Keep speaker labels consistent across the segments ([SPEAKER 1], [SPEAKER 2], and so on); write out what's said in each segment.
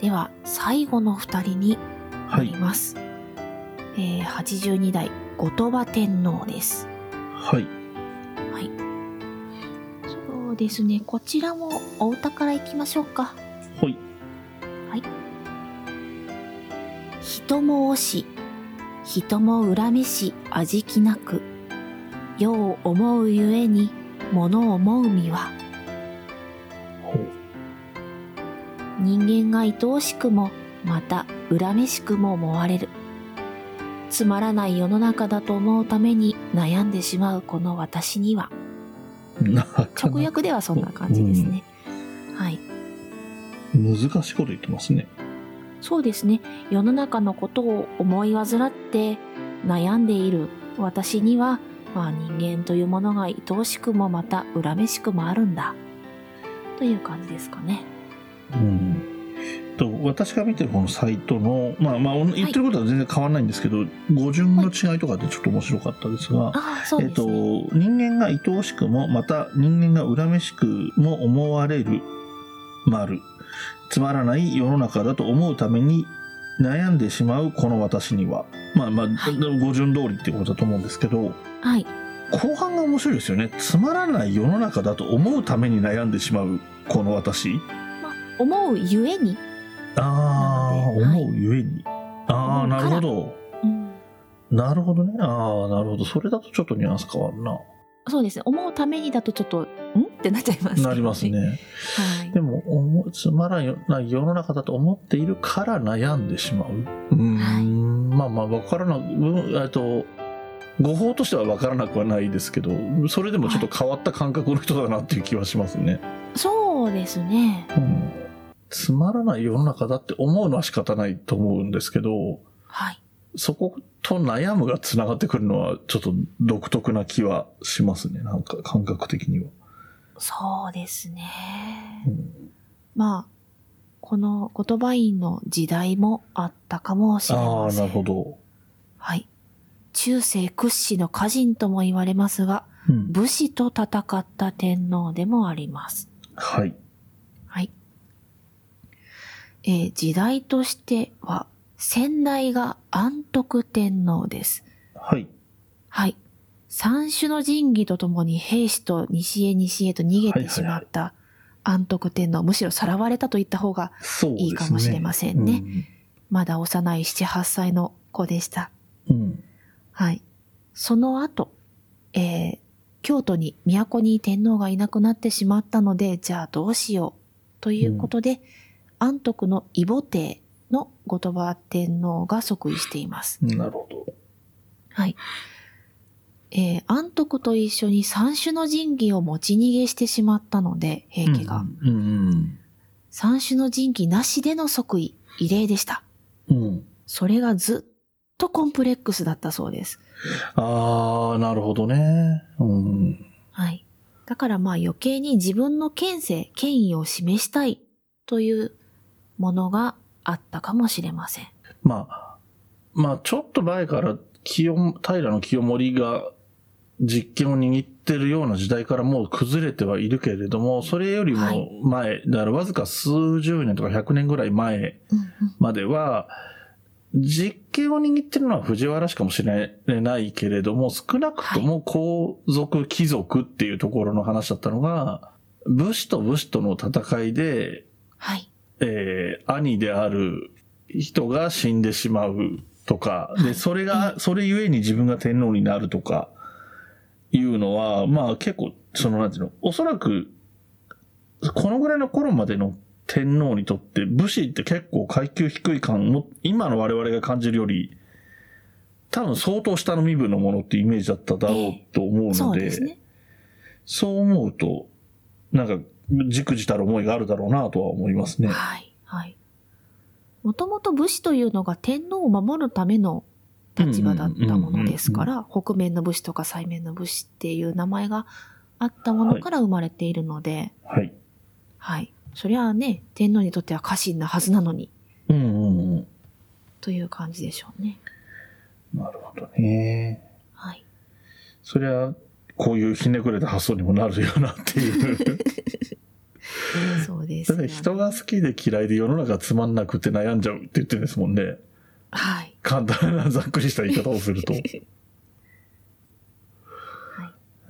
[SPEAKER 1] では最後の2人に
[SPEAKER 2] は
[SPEAKER 1] なり
[SPEAKER 2] い。
[SPEAKER 1] ます、えー82代後鳥羽天皇です
[SPEAKER 2] はい。
[SPEAKER 1] そうですねこちらもお歌からいきましょうか
[SPEAKER 2] ほい。
[SPEAKER 1] 人も惜し、人も恨めし味気なく、世を思うゆえに、物を思う身は、
[SPEAKER 2] ほう。
[SPEAKER 1] 人間が愛おしくも、また恨めしくも思われる。つまらない世の中だと思うために悩んでしまうこの私には、
[SPEAKER 2] なか
[SPEAKER 1] 直
[SPEAKER 2] なか
[SPEAKER 1] 訳ではそんな感じですね。はい。
[SPEAKER 2] 難しいこと言ってますね。
[SPEAKER 1] そうですね。世の中のことを思い患って悩んでいる私には、まあ人間というものが愛おしくもまた恨めしくもあるんだ。という感じですかね。
[SPEAKER 2] うん。と私が見てるこのサイトの、まあまあ、おん言ってることは全然変わらないんですけど、語順の違いとかでちょっと面白かったですが、
[SPEAKER 1] ああ、そう
[SPEAKER 2] えっ
[SPEAKER 1] で
[SPEAKER 2] と
[SPEAKER 1] すね。、
[SPEAKER 2] 人間が愛おしくも、また人間が恨めしくも思われる、丸。つまらない世の中だと思うために悩んでしまうこの私には。まあまあ、
[SPEAKER 1] はい
[SPEAKER 2] 語順通りっていうことだと思うんですけど、
[SPEAKER 1] はい。
[SPEAKER 2] 後半が面白いですよね。つまらない世の中だと思うために悩んでしまうこの私。
[SPEAKER 1] まあ、思うゆえに、
[SPEAKER 2] あ
[SPEAKER 1] な
[SPEAKER 2] あ、
[SPEAKER 1] のではい
[SPEAKER 2] 思うゆえに。あ
[SPEAKER 1] 思
[SPEAKER 2] あ、
[SPEAKER 1] うか
[SPEAKER 2] な
[SPEAKER 1] ら
[SPEAKER 2] るほど。
[SPEAKER 1] うん、
[SPEAKER 2] なるほどね。ああ、なるほど。それだとちょっとニュアンス変わるな。
[SPEAKER 1] そうですね。思うためにだとちょっと、んってなっちゃいます、
[SPEAKER 2] なります。ね。
[SPEAKER 1] はい
[SPEAKER 2] で。も、思うつまらない世の中だと思っているから悩んでしまう。うーん、
[SPEAKER 1] はい
[SPEAKER 2] まあまあ、わからなうんえっと、誤報としてはわからなくはないですけど、それでもちょっと変わった感覚の人だなっていう気はしますね。
[SPEAKER 1] そうですね。
[SPEAKER 2] うんつまらない世の中だって思うのは仕方ないと思うんですけど、
[SPEAKER 1] はい。
[SPEAKER 2] そこと悩むが繋がってくるのはちょっと独特な気はしますね。なんか感覚的には。
[SPEAKER 1] そうですね
[SPEAKER 2] う。ん
[SPEAKER 1] まあ、この言葉院の時代もあったかもしれ
[SPEAKER 2] あ
[SPEAKER 1] ま
[SPEAKER 2] あ、
[SPEAKER 1] せん。
[SPEAKER 2] なるほど。
[SPEAKER 1] はい。中世屈指の歌人とも言われますが、
[SPEAKER 2] うん、
[SPEAKER 1] 武士と戦った天皇でもあります。
[SPEAKER 2] はい。
[SPEAKER 1] はい。えー時代としては、先代が安徳天皇です。
[SPEAKER 2] はい。
[SPEAKER 1] はい。三種の神器とともに兵士と西へ西へと逃げ
[SPEAKER 2] はいはいは
[SPEAKER 1] て
[SPEAKER 2] い
[SPEAKER 1] しまった安徳天皇、むしろさらわれたと言った方が
[SPEAKER 2] そうです
[SPEAKER 1] い
[SPEAKER 2] ね。
[SPEAKER 1] いかもしれませんね。
[SPEAKER 2] うん
[SPEAKER 1] まだ幼い7、8歳の子でした。
[SPEAKER 2] うん。
[SPEAKER 1] はい。その後、えー京都に、都に天皇がいなくなってしまったので、じゃあどうしよう。ということで、安徳の異母帝の後鳥羽天皇が即位しています。
[SPEAKER 2] なるほど。
[SPEAKER 1] はい。えー安徳と一緒に三種の神器を持ち逃げしてしまったので、平家が。
[SPEAKER 2] うん。
[SPEAKER 1] 三種の神器なしでの即位、異例でした。
[SPEAKER 2] うん。うん。
[SPEAKER 1] それがずっとコンプレックスだったそうです。
[SPEAKER 2] ああ、なるほどね。うん。
[SPEAKER 1] はい。だからまあ余計に自分の権勢、権威を示したいというものがあったかもしれません。
[SPEAKER 2] まあ、まあ、ちょっと前から清、平の清盛が実権を握ってるような時代からもう崩れてはいるけれども、それより
[SPEAKER 1] は
[SPEAKER 2] も
[SPEAKER 1] い
[SPEAKER 2] 前、だからわずか数十年とか100年ぐらい前までは、実権を握ってるのは藤原氏かもしれないけれども、少なくとも皇族、貴族っていうところの話だったのが、武士と武士との戦いで、
[SPEAKER 1] はい。
[SPEAKER 2] えー兄である人が死んでしまうとか、で、それが、それゆえに自分が天皇になるとか、いうのは、まあ結構、その、なんていうの、おそらく、このぐらいの頃までの天皇にとって、武士って結構階級低い感も、今の我々が感じるより、多分相当下の身分のものってイメージだっただろうと思う
[SPEAKER 1] そ
[SPEAKER 2] の
[SPEAKER 1] う
[SPEAKER 2] で、
[SPEAKER 1] ですね。
[SPEAKER 2] そう思うと、なんか、じくじたる思いがあるだろうなとは思いますね。
[SPEAKER 1] はい。はい。もともと武士というのが天皇を守るための立場だったものですから、北面の武士とか西面の武士っていう名前があったものから生まれているので、
[SPEAKER 2] はい。
[SPEAKER 1] はい。そりゃあね、天皇にとっては家臣なはずなのに、
[SPEAKER 2] うんうんうん。
[SPEAKER 1] という感じでしょうね。
[SPEAKER 2] なるほどね。
[SPEAKER 1] はい。
[SPEAKER 2] そりゃ、こういうひねくれた発想にもなるよなっていう。
[SPEAKER 1] そうです
[SPEAKER 2] だって人が好きで嫌いで世の中つまんなくて悩んじゃうって言ってるんですもんね。
[SPEAKER 1] はい
[SPEAKER 2] 簡単なざっくりした言い方を す ると。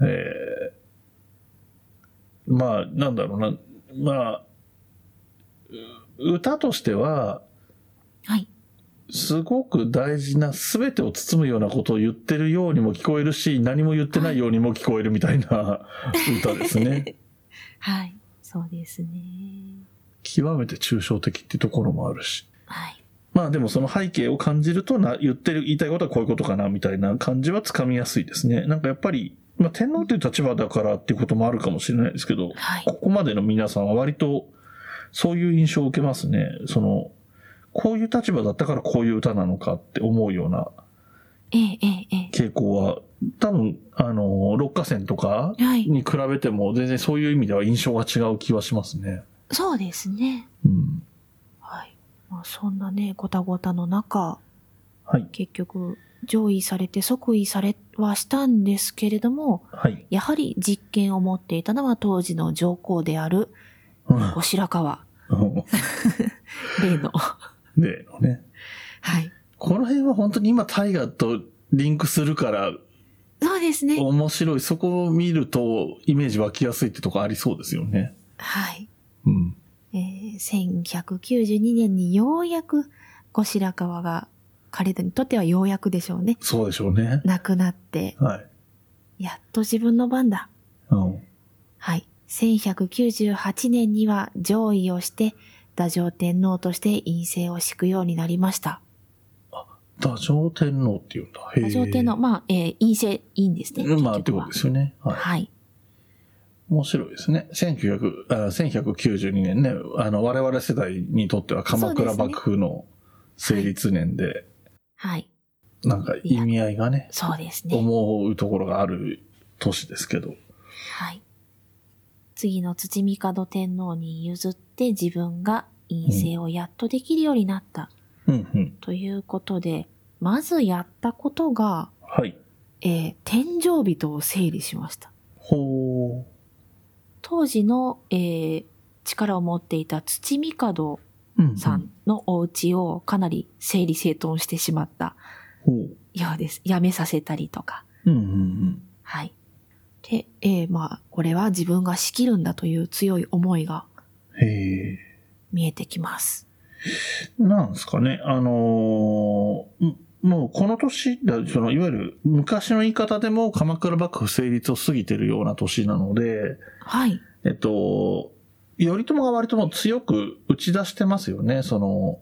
[SPEAKER 2] えーまあ、なんだろうな。まあ、う歌としては、
[SPEAKER 1] はい
[SPEAKER 2] すごく大事な全てを包むようなことを言ってるようにも聞こえるし、何も言ってないようにも聞こえるみたいな歌です ね。
[SPEAKER 1] はいそうですね
[SPEAKER 2] 極めて抽象的っていうところもあるし。
[SPEAKER 1] はい
[SPEAKER 2] まあでもその背景を感じるとな、言ってる、言いたいことはこういうことかな、みたいな感じはつかみやすいですね。なんかやっぱり、まあ天皇という立場だからっていうこともあるかもしれないですけど、
[SPEAKER 1] はい
[SPEAKER 2] ここまでの皆さんは割とそういう印象を受けますね。その、こういう立場だったからこういう歌なのかって思うような
[SPEAKER 1] えええええ
[SPEAKER 2] 傾向は、多分、あの、六花線とか
[SPEAKER 1] えはい
[SPEAKER 2] に比べても全然そういう意味では印象が違う気はしますね。
[SPEAKER 1] そうですね
[SPEAKER 2] うん。
[SPEAKER 1] はい、まあ、そんなねごたごたの中
[SPEAKER 2] はい。
[SPEAKER 1] 結局上位されて即位されはしたんですけれども
[SPEAKER 2] はい。
[SPEAKER 1] やはり実権を持っていたのは当時の上皇である後白河例のは
[SPEAKER 2] で、ね。
[SPEAKER 1] い
[SPEAKER 2] この辺は本当に今大河とリンクするから
[SPEAKER 1] そうですね
[SPEAKER 2] 面白い。そこを見るとイメージ湧きやすいってとこありそうですよね。
[SPEAKER 1] はい、
[SPEAKER 2] うん。
[SPEAKER 1] えー、1192年にようやく後白河が彼らにとってはようやくでしょうね
[SPEAKER 2] そうでしょうね。
[SPEAKER 1] 亡くなって
[SPEAKER 2] はい。
[SPEAKER 1] やっと自分の番だ
[SPEAKER 2] うん。
[SPEAKER 1] はい。1198年には上位をして、太政天皇として院政を敷くようになりました。
[SPEAKER 2] 太政天皇っていうんだ。へー
[SPEAKER 1] 太政天皇、まあ、えー院政、院ですね。
[SPEAKER 2] まあ、っ
[SPEAKER 1] 結
[SPEAKER 2] て
[SPEAKER 1] 局
[SPEAKER 2] こ
[SPEAKER 1] は
[SPEAKER 2] とですよね。はい。
[SPEAKER 1] はい。
[SPEAKER 2] 面白いですね。1900あ1192年ね、あの、我々世代にとっては鎌倉幕府の成立年で、
[SPEAKER 1] はい。
[SPEAKER 2] なんか意味合いがね、
[SPEAKER 1] そうですね。
[SPEAKER 2] 思うところがある年ですけど。
[SPEAKER 1] はい。次の土帝天皇に譲って自分が院政をやっとできるようになった。
[SPEAKER 2] うんうん。
[SPEAKER 1] ということで、まずやったことが、
[SPEAKER 2] はい。
[SPEAKER 1] えー天井人を整理しました。
[SPEAKER 2] ほう。
[SPEAKER 1] 当時の、えー力を持っていた土帝
[SPEAKER 2] うんうん
[SPEAKER 1] さんのお家をかなり整理整頓してしまった
[SPEAKER 2] ほう。
[SPEAKER 1] ようです。やめさせたりとか。
[SPEAKER 2] うんうんうん。
[SPEAKER 1] はい。で、えーまあ、これは自分が仕切るんだという強い思いが
[SPEAKER 2] へえ。
[SPEAKER 1] 見えてきます。
[SPEAKER 2] なんですかね。あのーんもうこの年だ、その、いわゆる昔の言い方でも鎌倉幕府成立を過ぎてるような年なので、
[SPEAKER 1] はい。
[SPEAKER 2] えっと、頼朝が割ともう強く打ち出してますよね。その、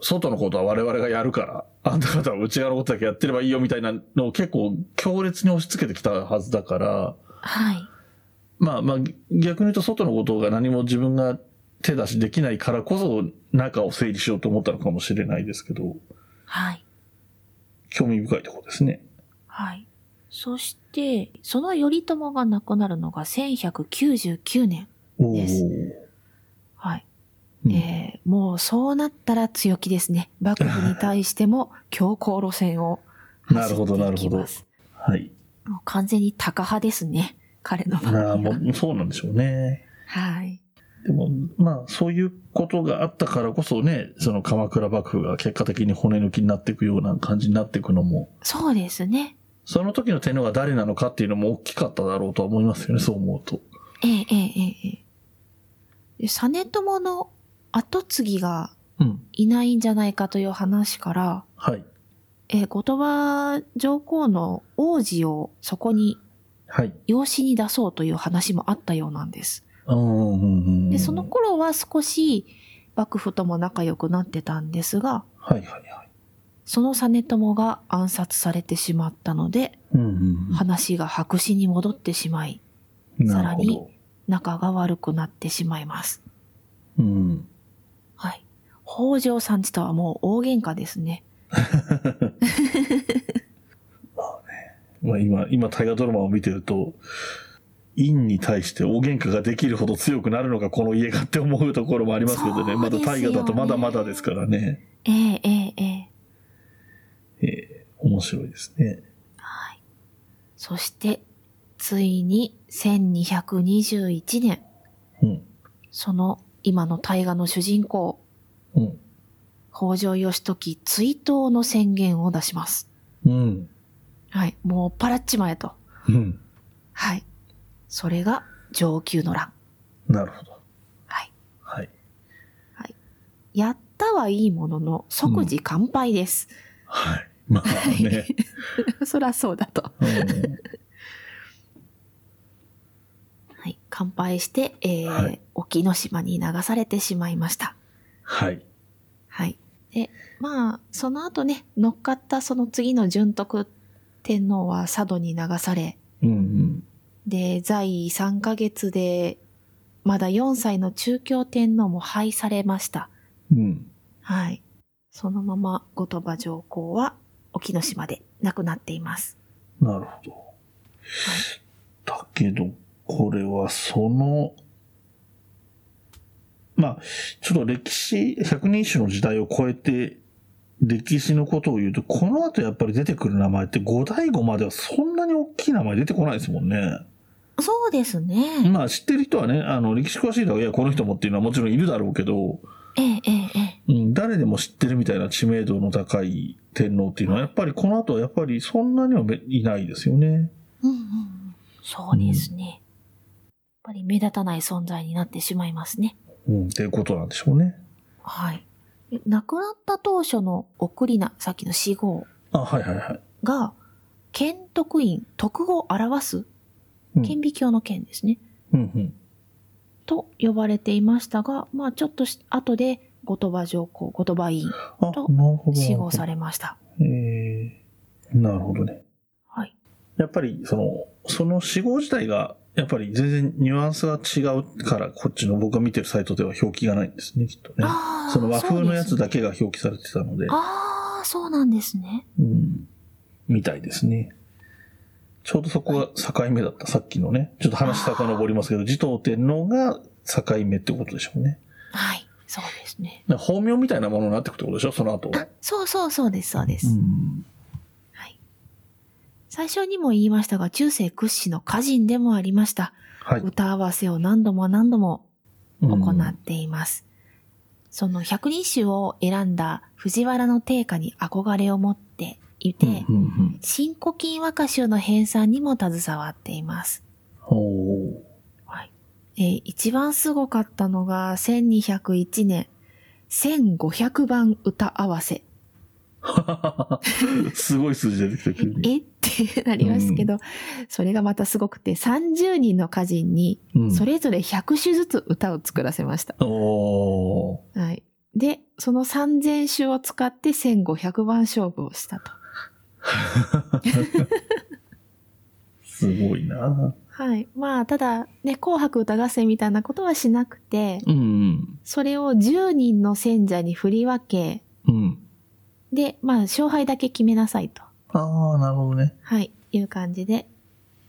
[SPEAKER 2] 外のことは我々がやるから、あんた方は内側のことだけやってればいいよみたいなのを結構強烈に押し付けてきたはずだから、
[SPEAKER 1] はい。
[SPEAKER 2] まあまあ逆に言うと外のことが何も自分が手出しできないからこそ中を整理しようと思ったのかもしれないですけど、
[SPEAKER 1] はい。
[SPEAKER 2] 興味深いところですね。
[SPEAKER 1] はい。そして、その頼朝が亡くなるのが1199年。
[SPEAKER 2] お
[SPEAKER 1] で
[SPEAKER 2] ー
[SPEAKER 1] すはい。
[SPEAKER 2] うん
[SPEAKER 1] えーもうそうなったら強気ですね。幕府に対しても強硬路線を走っていきます。
[SPEAKER 2] なるほどなるはい。
[SPEAKER 1] もう完全にタカ派ですね。彼の場合
[SPEAKER 2] なあ、も
[SPEAKER 1] は。
[SPEAKER 2] うそうなんでしょうね。
[SPEAKER 1] はい。
[SPEAKER 2] でも、まあ、そういうことがあったからこそね、その鎌倉幕府が結果的に骨抜きになっていくような感じになっていくのも、
[SPEAKER 1] そうですね。
[SPEAKER 2] その時の天皇が誰なのかっていうのも大きかっただろうとは思いますよね、そう思うと。
[SPEAKER 1] ええええええで実朝の後継ぎが
[SPEAKER 2] うん。
[SPEAKER 1] いないんじゃないかという話から、
[SPEAKER 2] はい。
[SPEAKER 1] えー、後鳥羽上皇の王子をそこに
[SPEAKER 2] はい。
[SPEAKER 1] 養子に出そうという話もあったようなんです。
[SPEAKER 2] うんうんうんうん。
[SPEAKER 1] で、その頃は少し幕府とも仲良くなってたんですが、
[SPEAKER 2] はいはいはい。
[SPEAKER 1] その実朝が暗殺されてしまったので、
[SPEAKER 2] うんうん
[SPEAKER 1] 話が白紙に戻ってしまい、
[SPEAKER 2] うん。
[SPEAKER 1] さらに
[SPEAKER 2] なるほ
[SPEAKER 1] 仲が悪くなってしまいます。
[SPEAKER 2] ど。うん。
[SPEAKER 1] はい。北条さんちとはもう大喧嘩ですね。
[SPEAKER 2] まあ今、今、大河ドラマを見てると、陰に対して大喧嘩ができるほど強くなるのか、この家がって思うところもありますけどね。
[SPEAKER 1] そ
[SPEAKER 2] ま
[SPEAKER 1] うで
[SPEAKER 2] だ
[SPEAKER 1] すよね
[SPEAKER 2] 大河だとまだまだですからね。
[SPEAKER 1] ええええええ
[SPEAKER 2] 面白いですね。
[SPEAKER 1] はい。そして、ついに1221年、
[SPEAKER 2] うん。
[SPEAKER 1] その今の大河の主人公、
[SPEAKER 2] うん。
[SPEAKER 1] 北条義時追悼の宣言を出します。
[SPEAKER 2] うん。
[SPEAKER 1] はい。もうパラッチマへと。
[SPEAKER 2] うん。
[SPEAKER 1] はい。それが上級の乱。
[SPEAKER 2] なるほど。
[SPEAKER 1] はい。
[SPEAKER 2] はい。
[SPEAKER 1] やったはいいものの、即時完敗です。
[SPEAKER 2] はい。まあね。
[SPEAKER 1] そらそうだと。
[SPEAKER 2] う
[SPEAKER 1] はい。完敗して、えー
[SPEAKER 2] はい
[SPEAKER 1] 沖ノ島に流されてしまいました。
[SPEAKER 2] んはい。
[SPEAKER 1] はい。で、まあ、その後ね、乗っかったその次の順徳天皇は佐渡に流され、
[SPEAKER 2] うんうん。
[SPEAKER 1] で、在位3ヶ月で、まだ4歳の中京天皇も廃されました。
[SPEAKER 2] うん。
[SPEAKER 1] はい。そのまま後鳥羽上皇は沖ノ島で亡くなっています。
[SPEAKER 2] なるほど。だけど、これはその、まあ、ちょっと歴史、百人一首の時代を超えて、歴史のことを言うと、この後やっぱり出てくる名前って、五代醐まではそんなに大きい名前出てこないですもんね。
[SPEAKER 1] そうですね。
[SPEAKER 2] まあ知ってる人はね、あの、歴史詳しい人はいや、この人もっていうのはもちろんいるだろうけど、
[SPEAKER 1] ええええええ。
[SPEAKER 2] うん、誰でも知ってるみたいな知名度の高い天皇っていうのは、やっぱりこの後はやっぱりそんなにはめいないですよね。
[SPEAKER 1] うんうんうん。そうですね。やっぱり目立たない存在になってしまいますね。
[SPEAKER 2] うん、っていうことなんでしょうね。
[SPEAKER 1] はい。で亡くなった当初の送りな、さっきの死号
[SPEAKER 2] あ、はいはいはい。
[SPEAKER 1] が、剣徳院、徳語を表す、
[SPEAKER 2] うん
[SPEAKER 1] 顕微鏡の剣ですね。
[SPEAKER 2] うんうん。
[SPEAKER 1] と呼ばれていましたが、まあちょっとし後で、後鳥羽上皇、後鳥羽委員、
[SPEAKER 2] あ、なる
[SPEAKER 1] と
[SPEAKER 2] ほど。
[SPEAKER 1] 死号さ
[SPEAKER 2] れ。
[SPEAKER 1] れました。
[SPEAKER 2] えー、なるほどね。
[SPEAKER 1] はい。
[SPEAKER 2] やっぱり、その、その死号自体が、やっぱり全然ニュアンスが違うから、こっちの僕が見てるサイトでは表記がないんですね、きっとね。
[SPEAKER 1] ああ、
[SPEAKER 2] その和風のやつだ
[SPEAKER 1] け。
[SPEAKER 2] けが表記されてたので、
[SPEAKER 1] ああ、そうなんですね。
[SPEAKER 2] うん、みたいですね。ちょうどそこが境目だった、さっきのね。ちょっと話遡りますけど、持統天皇が境目ってことでしょうね。
[SPEAKER 1] はい。そうですね。
[SPEAKER 2] だから法名みたいなものになってくってことでしょ、その後は
[SPEAKER 1] あ、そうそうそうです、そうです。
[SPEAKER 2] うん
[SPEAKER 1] はい。最初にも言いましたが、中世屈指の歌人でもありました。
[SPEAKER 2] はい。
[SPEAKER 1] 歌合わせを何度も何度も行
[SPEAKER 2] うん
[SPEAKER 1] っています。その百人衆を選んだ藤原の定家に憧れを持っていて、
[SPEAKER 2] うんうんうん
[SPEAKER 1] 新古今和歌集の編纂にも携わっています。
[SPEAKER 2] おー
[SPEAKER 1] はい。えー一番すごかったのが1201年、1500番歌合わせ。
[SPEAKER 2] すごい数字出てきた、急に。
[SPEAKER 1] えってなりますけど、それがまたすごくて、30人の歌人に
[SPEAKER 2] うん
[SPEAKER 1] それぞれ100首ずつ歌を作らせました。
[SPEAKER 2] おー
[SPEAKER 1] はい。で、その3000首を使って1500番勝負をしたと。
[SPEAKER 2] すごいな。
[SPEAKER 1] はい。まあ、ただ、ね、紅白歌合戦みたいなことはしなくて、
[SPEAKER 2] うん。
[SPEAKER 1] それを10人の選者に振り分け、
[SPEAKER 2] うん。
[SPEAKER 1] で、まあ、勝敗だけ決めなさいと。
[SPEAKER 2] ああ、なるほどね。
[SPEAKER 1] はい。いう感じで。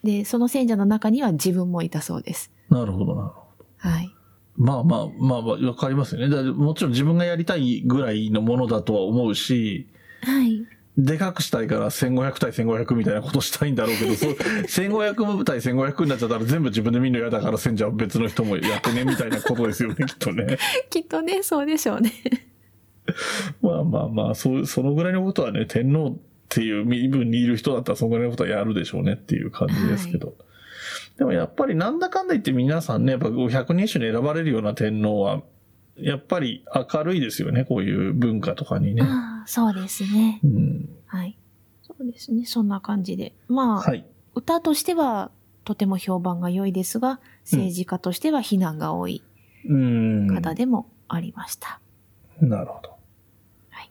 [SPEAKER 1] で、その選者の中には自分もいたそうです。
[SPEAKER 2] なるほど、なるほど。
[SPEAKER 1] はい。
[SPEAKER 2] まあまあ、まあ、わかりますよね。だってもちろん自分がやりたいぐらいのものだとは思うし、
[SPEAKER 1] はい。
[SPEAKER 2] でかくしたいから1500対1500みたいなことしたいんだろうけど、そう 1500対1500になっちゃったら全部自分で見るの嫌だから、せんじゃあ別の人もやってね、みたいなことですよね、きっとね。
[SPEAKER 1] きっとね、そうでしょうね。
[SPEAKER 2] まあまあまあ、そう、そのぐらいのことはね、天皇っていう身分にいる人だったらそのぐらいのことはやるでしょうねっていう感じですけど。でもやっぱりなんだかんだ言って皆さんね、やっぱ100人種に選ばれるような天皇は、やっぱり明るいですよね、こういう文化とかにね。
[SPEAKER 1] ああ、そうですね。
[SPEAKER 2] うん。
[SPEAKER 1] はい。そうですね。そんな感じで。まあ、
[SPEAKER 2] はい。
[SPEAKER 1] 歌としてはとても評判が良いですが、政治家としては非難が多い
[SPEAKER 2] うん。
[SPEAKER 1] 方でもありました。
[SPEAKER 2] なるほど。
[SPEAKER 1] は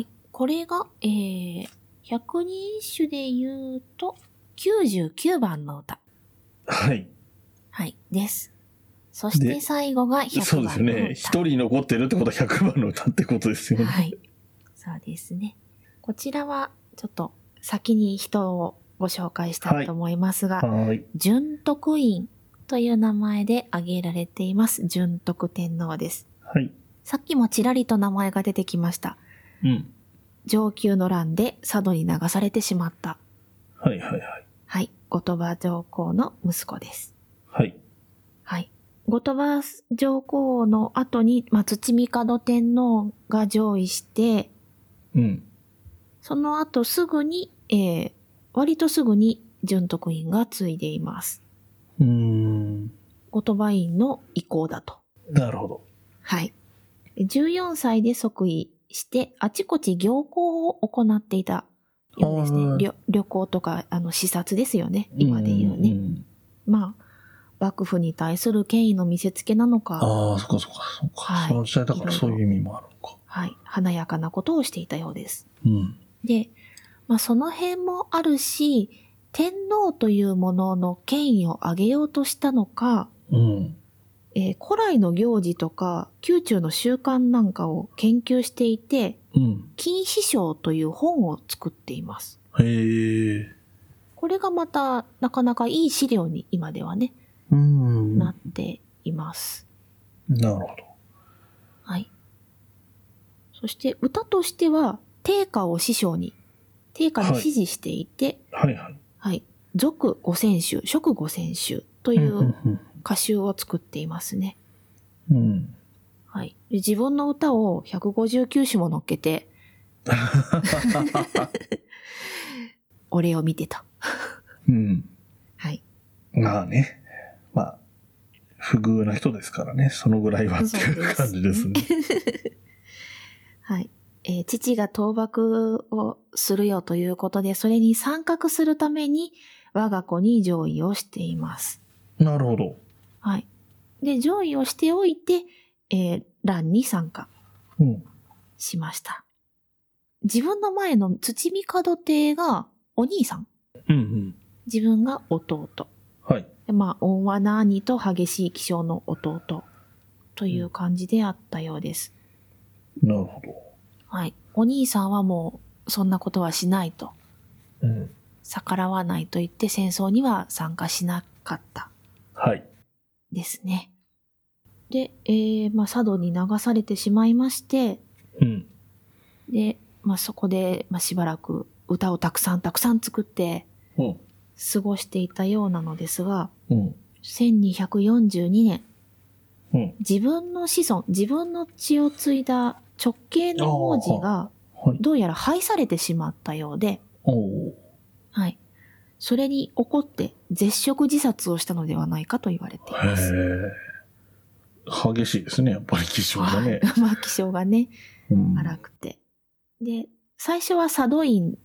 [SPEAKER 1] い。これが、えー、百人一首で言うと、99番の歌。
[SPEAKER 2] はい。
[SPEAKER 1] はい。です。そして
[SPEAKER 2] で
[SPEAKER 1] 最後が
[SPEAKER 2] そ
[SPEAKER 1] 100
[SPEAKER 2] うです
[SPEAKER 1] 番の歌。
[SPEAKER 2] ね。一人残ってるってことは100番の歌ってことですよね。
[SPEAKER 1] はい。そうですね。こちらは、ちょっと先に人をご紹介したいと思いますが、
[SPEAKER 2] はい。
[SPEAKER 1] 純徳院という名前で挙げられています純徳天皇です。
[SPEAKER 2] はい。
[SPEAKER 1] さっきもちらりと名前が出てきました。
[SPEAKER 2] うん。
[SPEAKER 1] 上級の乱で佐渡に流されてしまった。
[SPEAKER 2] はいはいはい。
[SPEAKER 1] はい。後鳥羽上皇の息子です。
[SPEAKER 2] はい。
[SPEAKER 1] はい。後鳥羽上皇の後に、まあ、土帝天皇が上位して、
[SPEAKER 2] うん。
[SPEAKER 1] その後すぐに、えー割とすぐに純徳院が継いでいます。
[SPEAKER 2] うーん。
[SPEAKER 1] 後鳥羽院の意向だと。
[SPEAKER 2] なるほど。
[SPEAKER 1] はい。14歳で即位して、あちこち行幸を行っていたようです
[SPEAKER 2] は
[SPEAKER 1] ね。
[SPEAKER 2] い
[SPEAKER 1] 旅旅行とか、あの、視察ですよね。今で言うね。
[SPEAKER 2] ん
[SPEAKER 1] まあ、幕府に対する権威の見せつけなのか、
[SPEAKER 2] ああ、そっかそっかそっか。
[SPEAKER 1] はい
[SPEAKER 2] その時代だからそういう意味もあるのか。
[SPEAKER 1] はい、華やかなことをしていたようです。
[SPEAKER 2] うん。
[SPEAKER 1] で、まあ、その辺もあるし、天皇というものの権威を上げようとしたのか、
[SPEAKER 2] うん。
[SPEAKER 1] えー古来の行事とか、宮中の習慣なんかを研究していて、
[SPEAKER 2] うん。
[SPEAKER 1] 金師匠という本を作っています。
[SPEAKER 2] へえ。
[SPEAKER 1] これがまたなかなかいい資料に今ではね、
[SPEAKER 2] うん。
[SPEAKER 1] な
[SPEAKER 2] な
[SPEAKER 1] っています。
[SPEAKER 2] るほ
[SPEAKER 1] はい。そして歌としては、定家を師匠に、定家に指示していて、
[SPEAKER 2] ど。はいはい。
[SPEAKER 1] はい、俗五千首、食五千首とい
[SPEAKER 2] うん
[SPEAKER 1] う歌集を作っていますね。
[SPEAKER 2] うんうん。うん。
[SPEAKER 1] はい。で自分の歌を159首も乗っけ て、俺を見てた。
[SPEAKER 2] うん。
[SPEAKER 1] はい。
[SPEAKER 2] まあね。まあ、不遇な人ですからね。そのぐらいはって
[SPEAKER 1] そうで
[SPEAKER 2] いう
[SPEAKER 1] す
[SPEAKER 2] 感じですね。
[SPEAKER 1] はい。えー父が倒幕をするよということで、それに参画するために我が子に上位をしています。
[SPEAKER 2] なるほど。
[SPEAKER 1] はい。で、上位をしておいて、えー乱に参加
[SPEAKER 2] うん。
[SPEAKER 1] しました。自分の前の土帝帝がお兄さん。
[SPEAKER 2] うんうん。
[SPEAKER 1] 自分が弟。
[SPEAKER 2] はい。
[SPEAKER 1] でまあ、恩和な兄と激しい気性の弟という感じであったようです。
[SPEAKER 2] なるほ
[SPEAKER 1] はい。お兄さんはもう、そんなことはしないと。
[SPEAKER 2] ど。うん。
[SPEAKER 1] 逆らわないと言って戦争には参加しなかった
[SPEAKER 2] はい。
[SPEAKER 1] ですね。で、えーまあ、佐渡に流されてしまいまして、
[SPEAKER 2] うん。
[SPEAKER 1] で、まあ、そこで、まあ、しばらく歌をたくさんたくさん作って
[SPEAKER 2] うん。
[SPEAKER 1] 過ごしていたようなのですが、
[SPEAKER 2] うん。
[SPEAKER 1] 1242年、
[SPEAKER 2] うん。
[SPEAKER 1] 自分の子孫、自分の血を継いだ直系の王子が、
[SPEAKER 2] はい。
[SPEAKER 1] どうやら廃されてしまったようで、
[SPEAKER 2] おお
[SPEAKER 1] はい。それに怒って絶食自殺をしたのではないかと言われてい
[SPEAKER 2] ー。
[SPEAKER 1] ます。
[SPEAKER 2] へえ。激しいですね。やっぱり気象がね。
[SPEAKER 1] まあ気性がね、
[SPEAKER 2] うん。
[SPEAKER 1] 荒くて。で、最初は佐渡院、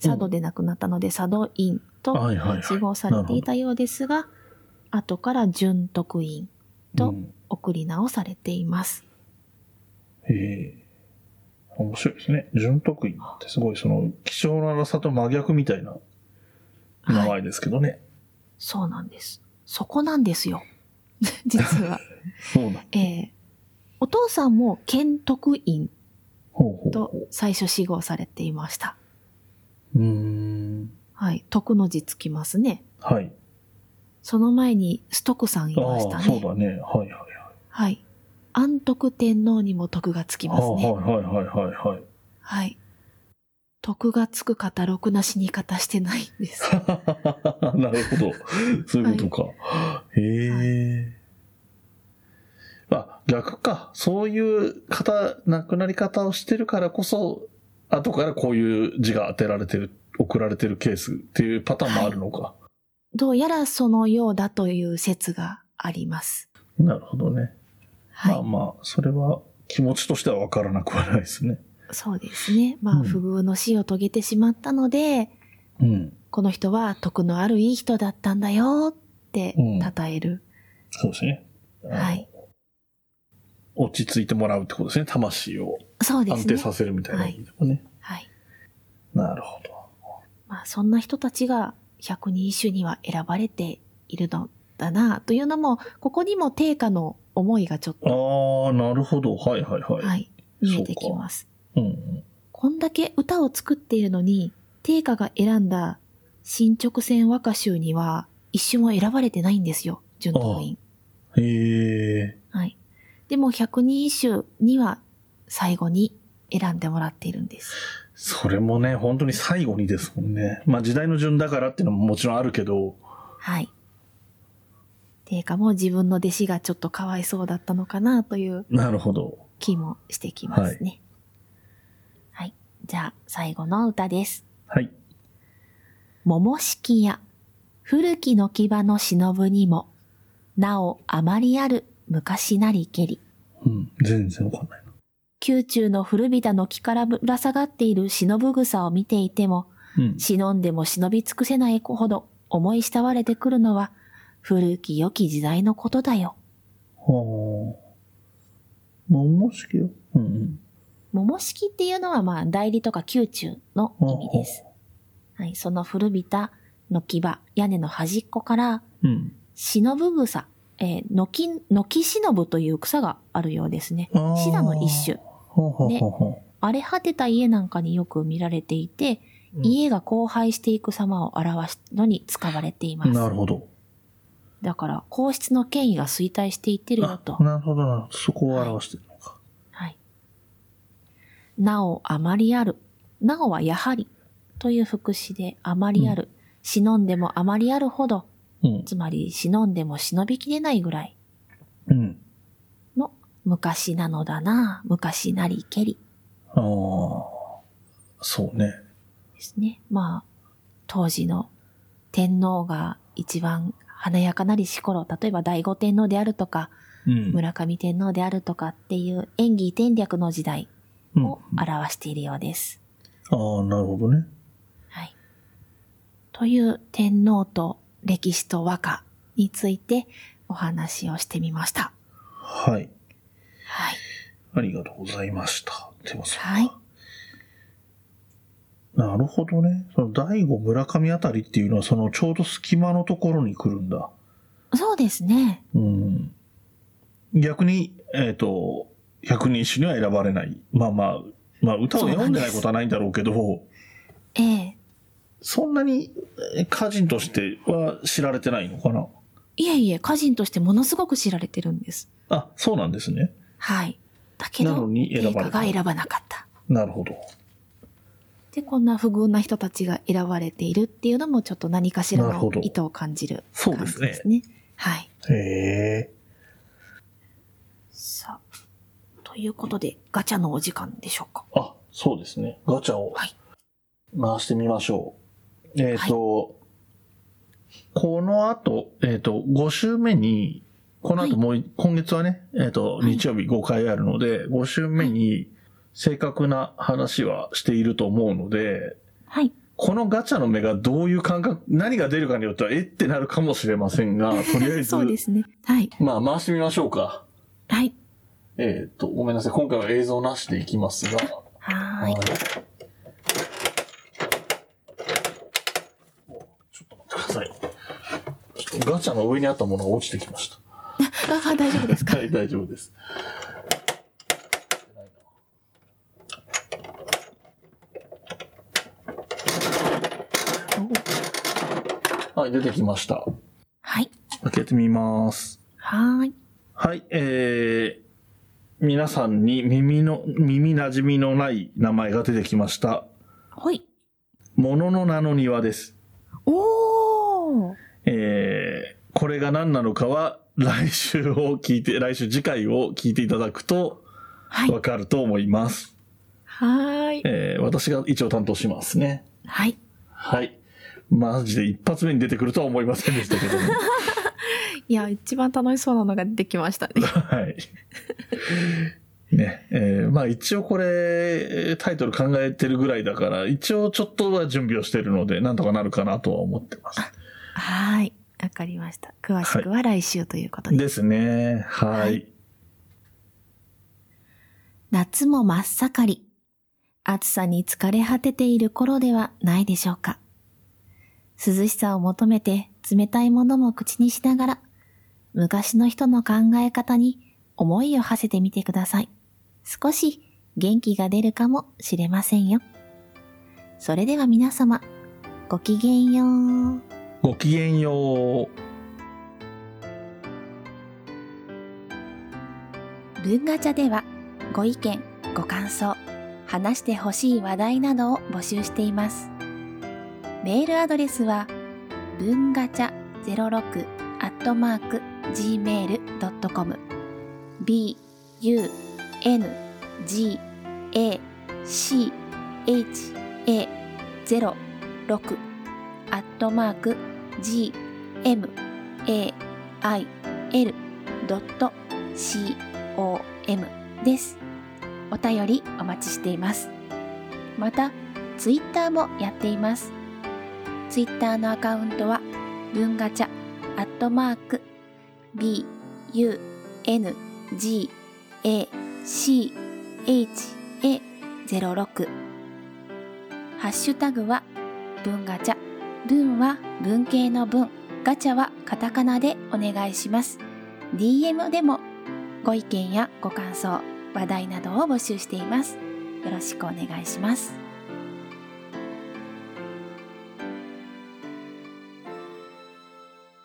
[SPEAKER 1] 佐渡で亡くなったので佐渡院と
[SPEAKER 2] はいはいはい。
[SPEAKER 1] 記号されていたようですが、後から純徳院と
[SPEAKER 2] うん
[SPEAKER 1] 送り直されています。
[SPEAKER 2] へえ。面白いですね。純徳院ってすごいその気象の荒さと真逆みたいな名
[SPEAKER 1] はい。
[SPEAKER 2] 前ですけどね。
[SPEAKER 1] そうなんです。そこなんですよ。 実 は。
[SPEAKER 2] そうだ。
[SPEAKER 1] えーお父さんも賢徳院
[SPEAKER 2] ほうほう
[SPEAKER 1] と
[SPEAKER 2] ほ
[SPEAKER 1] 最初死号されていました。
[SPEAKER 2] う。うーん。
[SPEAKER 1] はい。徳の字つきますね。
[SPEAKER 2] はい。
[SPEAKER 1] その前にストクさんいました
[SPEAKER 2] ああ、
[SPEAKER 1] ね。
[SPEAKER 2] そうだね。はいはいはい。
[SPEAKER 1] はい。安徳天皇にも徳がつき
[SPEAKER 2] あ
[SPEAKER 1] ま
[SPEAKER 2] あ
[SPEAKER 1] すね。
[SPEAKER 2] はいはいはいはいはい。
[SPEAKER 1] はい。徳がつく方、ろくな死に方してないん です。
[SPEAKER 2] なるほど。そういうことか。へえ。あ、逆か。そういう方、亡くなり方をしてるからこそ、後からこういう字が当てられてる、送られてるケースっていうパターンもあるのか。
[SPEAKER 1] どうやらそのようだという説があります。
[SPEAKER 2] なるほどね。
[SPEAKER 1] はい。
[SPEAKER 2] まあまあ、それは気持ちとしては分からなくはないですね。
[SPEAKER 1] そうですね。まあ、
[SPEAKER 2] うん
[SPEAKER 1] 不遇の死を遂げてしまったので、
[SPEAKER 2] うん。
[SPEAKER 1] この人は徳のあるいい人だったんだよって
[SPEAKER 2] うん
[SPEAKER 1] 称える。
[SPEAKER 2] そうですね。あの
[SPEAKER 1] はい。
[SPEAKER 2] 落ち着いてもらうってことですね。魂を
[SPEAKER 1] そうで
[SPEAKER 2] 安
[SPEAKER 1] す
[SPEAKER 2] 定
[SPEAKER 1] ね。
[SPEAKER 2] させるみたいな
[SPEAKER 1] は
[SPEAKER 2] 意
[SPEAKER 1] い
[SPEAKER 2] 味でもね。
[SPEAKER 1] はい。
[SPEAKER 2] なるほど。
[SPEAKER 1] まあ、そんな人たちが百人一首には選ばれているのだなというのも、ここにも定価の思いがちょっと、
[SPEAKER 2] ああ、なるほど。はいはいはい。
[SPEAKER 1] はい、見えて
[SPEAKER 2] そ
[SPEAKER 1] き
[SPEAKER 2] うか
[SPEAKER 1] ます。
[SPEAKER 2] うんうん。
[SPEAKER 1] こんだけ歌を作っているのに、定価が選んだ進捗戦和歌集には一首も選ばれてないんですよ、純徳院。
[SPEAKER 2] へえ。
[SPEAKER 1] はい。でも百人一首には最後に選んでもらっているんです。
[SPEAKER 2] それもね、本当に最後にですもんね。まあ時代の順だからっていうのももちろんあるけど、
[SPEAKER 1] はい。ていうかもう自分の弟子がちょっとかわいそうだったのかなという
[SPEAKER 2] なるほど。
[SPEAKER 1] 気もしてきますね。はい、じゃあ最後の歌です。
[SPEAKER 2] はい。
[SPEAKER 1] 桃式や古きの牙の忍ぶにも、なおあまりある昔なりけり。
[SPEAKER 2] うん。全然わかんない
[SPEAKER 1] 宮中の古びたの木からぶら下がっている忍ぶ草を見ていても、
[SPEAKER 2] な。うん。
[SPEAKER 1] 忍んでも忍び尽くせないほど思い慕われてくるのは古き良き時代のことだよ。
[SPEAKER 2] はあ。桃式よ。うんうん。
[SPEAKER 1] 桃式っていうのはまあ代理とか宮中の意味です。はい、その古びた軒場、屋根の端っこから
[SPEAKER 2] うん。
[SPEAKER 1] 忍ぶ草、えー、軒、軒忍という草があるようですね。
[SPEAKER 2] ああ
[SPEAKER 1] シダの一種。
[SPEAKER 2] ほうほうほうほ
[SPEAKER 1] 荒れ果てた家なんかによく見られていて、
[SPEAKER 2] う。うん
[SPEAKER 1] 家が荒廃していく様を表すのに使われています。
[SPEAKER 2] なるほど。
[SPEAKER 1] だから、皇室の権威が衰退していってるよ
[SPEAKER 2] あ
[SPEAKER 1] と。
[SPEAKER 2] なるほどな。そこを表してるのか。
[SPEAKER 1] はい。なお、あまりある。なおはやはり。という副詞で、あまりある。忍んでもあまりあるほど。
[SPEAKER 2] うん。
[SPEAKER 1] つまり、忍んでも忍びきれないぐらい。
[SPEAKER 2] うん。
[SPEAKER 1] 昔なのだな。昔なりけり。
[SPEAKER 2] ああ。そうね。
[SPEAKER 1] ですね。まあ、当時の天皇が一番華やかなりし頃、例えば醍醐天皇であるとか、
[SPEAKER 2] うん。
[SPEAKER 1] 村上天皇であるとかっていう演技天略の時代
[SPEAKER 2] うん
[SPEAKER 1] を表しているようです。
[SPEAKER 2] ああ、なるほどね。
[SPEAKER 1] はい。という天皇と歴史と和歌についてお話をしてみました。
[SPEAKER 2] はい。
[SPEAKER 1] はい。
[SPEAKER 2] ありがとうございました。でもそうか
[SPEAKER 1] はい。
[SPEAKER 2] なるほどね。その第五村上あたりっていうのは、そのちょうど隙間のところに来るんだ。
[SPEAKER 1] そうですね。
[SPEAKER 2] うん。逆に、えっ、と、百人一首には選ばれない。まあまあ、まあ歌を読んでないことはないんだろうけど、
[SPEAKER 1] ええ。
[SPEAKER 2] そんなにえー歌人としては知られてないのかない
[SPEAKER 1] えいえ、歌人としてものすごく知られてるんです。
[SPEAKER 2] あ、そうなんですね。
[SPEAKER 1] はい。だけ
[SPEAKER 2] なの
[SPEAKER 1] ど、
[SPEAKER 2] に選
[SPEAKER 1] 陛
[SPEAKER 2] ばれ
[SPEAKER 1] 下
[SPEAKER 2] た
[SPEAKER 1] が選ばなかった。
[SPEAKER 2] なるほど。
[SPEAKER 1] で、こんな不遇な人たちが選ばれているっていうのも、ちょっと何かしら
[SPEAKER 2] なるほ
[SPEAKER 1] の
[SPEAKER 2] ど
[SPEAKER 1] 意図を感じる
[SPEAKER 2] そう
[SPEAKER 1] 感
[SPEAKER 2] で
[SPEAKER 1] じ
[SPEAKER 2] す
[SPEAKER 1] で
[SPEAKER 2] ね
[SPEAKER 1] す。ね。はい。
[SPEAKER 2] へえ。
[SPEAKER 1] さあ、ということで、ガチャのお時間でしょうか。
[SPEAKER 2] あ、そうですね。ガチャを
[SPEAKER 1] はい
[SPEAKER 2] 回してみましょう。えっ、と、この後、えっ、と、5週目に、この後もうい、今月はね、えっ、と、
[SPEAKER 1] はい
[SPEAKER 2] 日曜日5回あるので、5週目に正確な話はしていると思うので、
[SPEAKER 1] はい。
[SPEAKER 2] このガチャの目がどういう感覚、何が出るかによっては、えってなるかもしれま せんが、とりあえず、
[SPEAKER 1] そうですね。はい。
[SPEAKER 2] まあ回してみましょうか。
[SPEAKER 1] はい。
[SPEAKER 2] えっ、と、ごめんなさい。今回は映像なしでいきますが、
[SPEAKER 1] はーい。
[SPEAKER 2] おちょっと待ってください。ちょっとガチャの上にあったものが落ちてきました。
[SPEAKER 1] ああ、大丈夫ですか
[SPEAKER 2] はい、大丈夫です。はい、出てきました。
[SPEAKER 1] はい。
[SPEAKER 2] 開けてみます。
[SPEAKER 1] はーい。
[SPEAKER 2] はい、えー、皆さんに耳の、耳馴染みのない名前が出てきました。
[SPEAKER 1] ほい。
[SPEAKER 2] ものの名の庭です。
[SPEAKER 1] おー
[SPEAKER 2] えーこれが何なのかは来週を聞いて、来週次回を聞いていただくと
[SPEAKER 1] はい。
[SPEAKER 2] わかると思います。
[SPEAKER 1] はーい。
[SPEAKER 2] えー私が一応担当しますね。
[SPEAKER 1] はい。
[SPEAKER 2] はい。マジで一発目に出てくるとは思いませんでしたけども。
[SPEAKER 1] いや、一番楽しそうなのが出てきましたね。
[SPEAKER 2] はい。ね、えーまあ一応これ、タイトル考えてるぐらいだから、一応ちょっとは準備をしてるので、なんとかなるかなとは思ってます。
[SPEAKER 1] はーい。わかりました。詳しくは来週ということで。
[SPEAKER 2] ですね。は
[SPEAKER 1] はいい。夏も真っ盛り。暑さに疲れ果てている頃ではないでしょうか。涼しさを求めて冷たいものも口にしながら、昔の人の考え方に思いを馳せてみてください。少し元気が出るかもしれませんよ。それでは皆様、ごきげんよう。
[SPEAKER 2] ごきげんよう。
[SPEAKER 1] 文ガチャではご意見、ご感想、話してほしい話題などを募集しています。メールアドレスは文ガチャ06アットマーク gmail.com b u n g a c h a 0 6アットマーク g m a i l c o m です。お便りお待ちしています。また、ツイッターもやっています。ツイッターのアカウントは、文ガチャ、アットマーク、b, u, n, g, a, c, h, a, 06。ハッシュタグは、文ガチャ。文は文系の文。ガチャはカタカナでお願いします。DM でもご意見やご感想、話題などを募集しています。よろしくお願いします。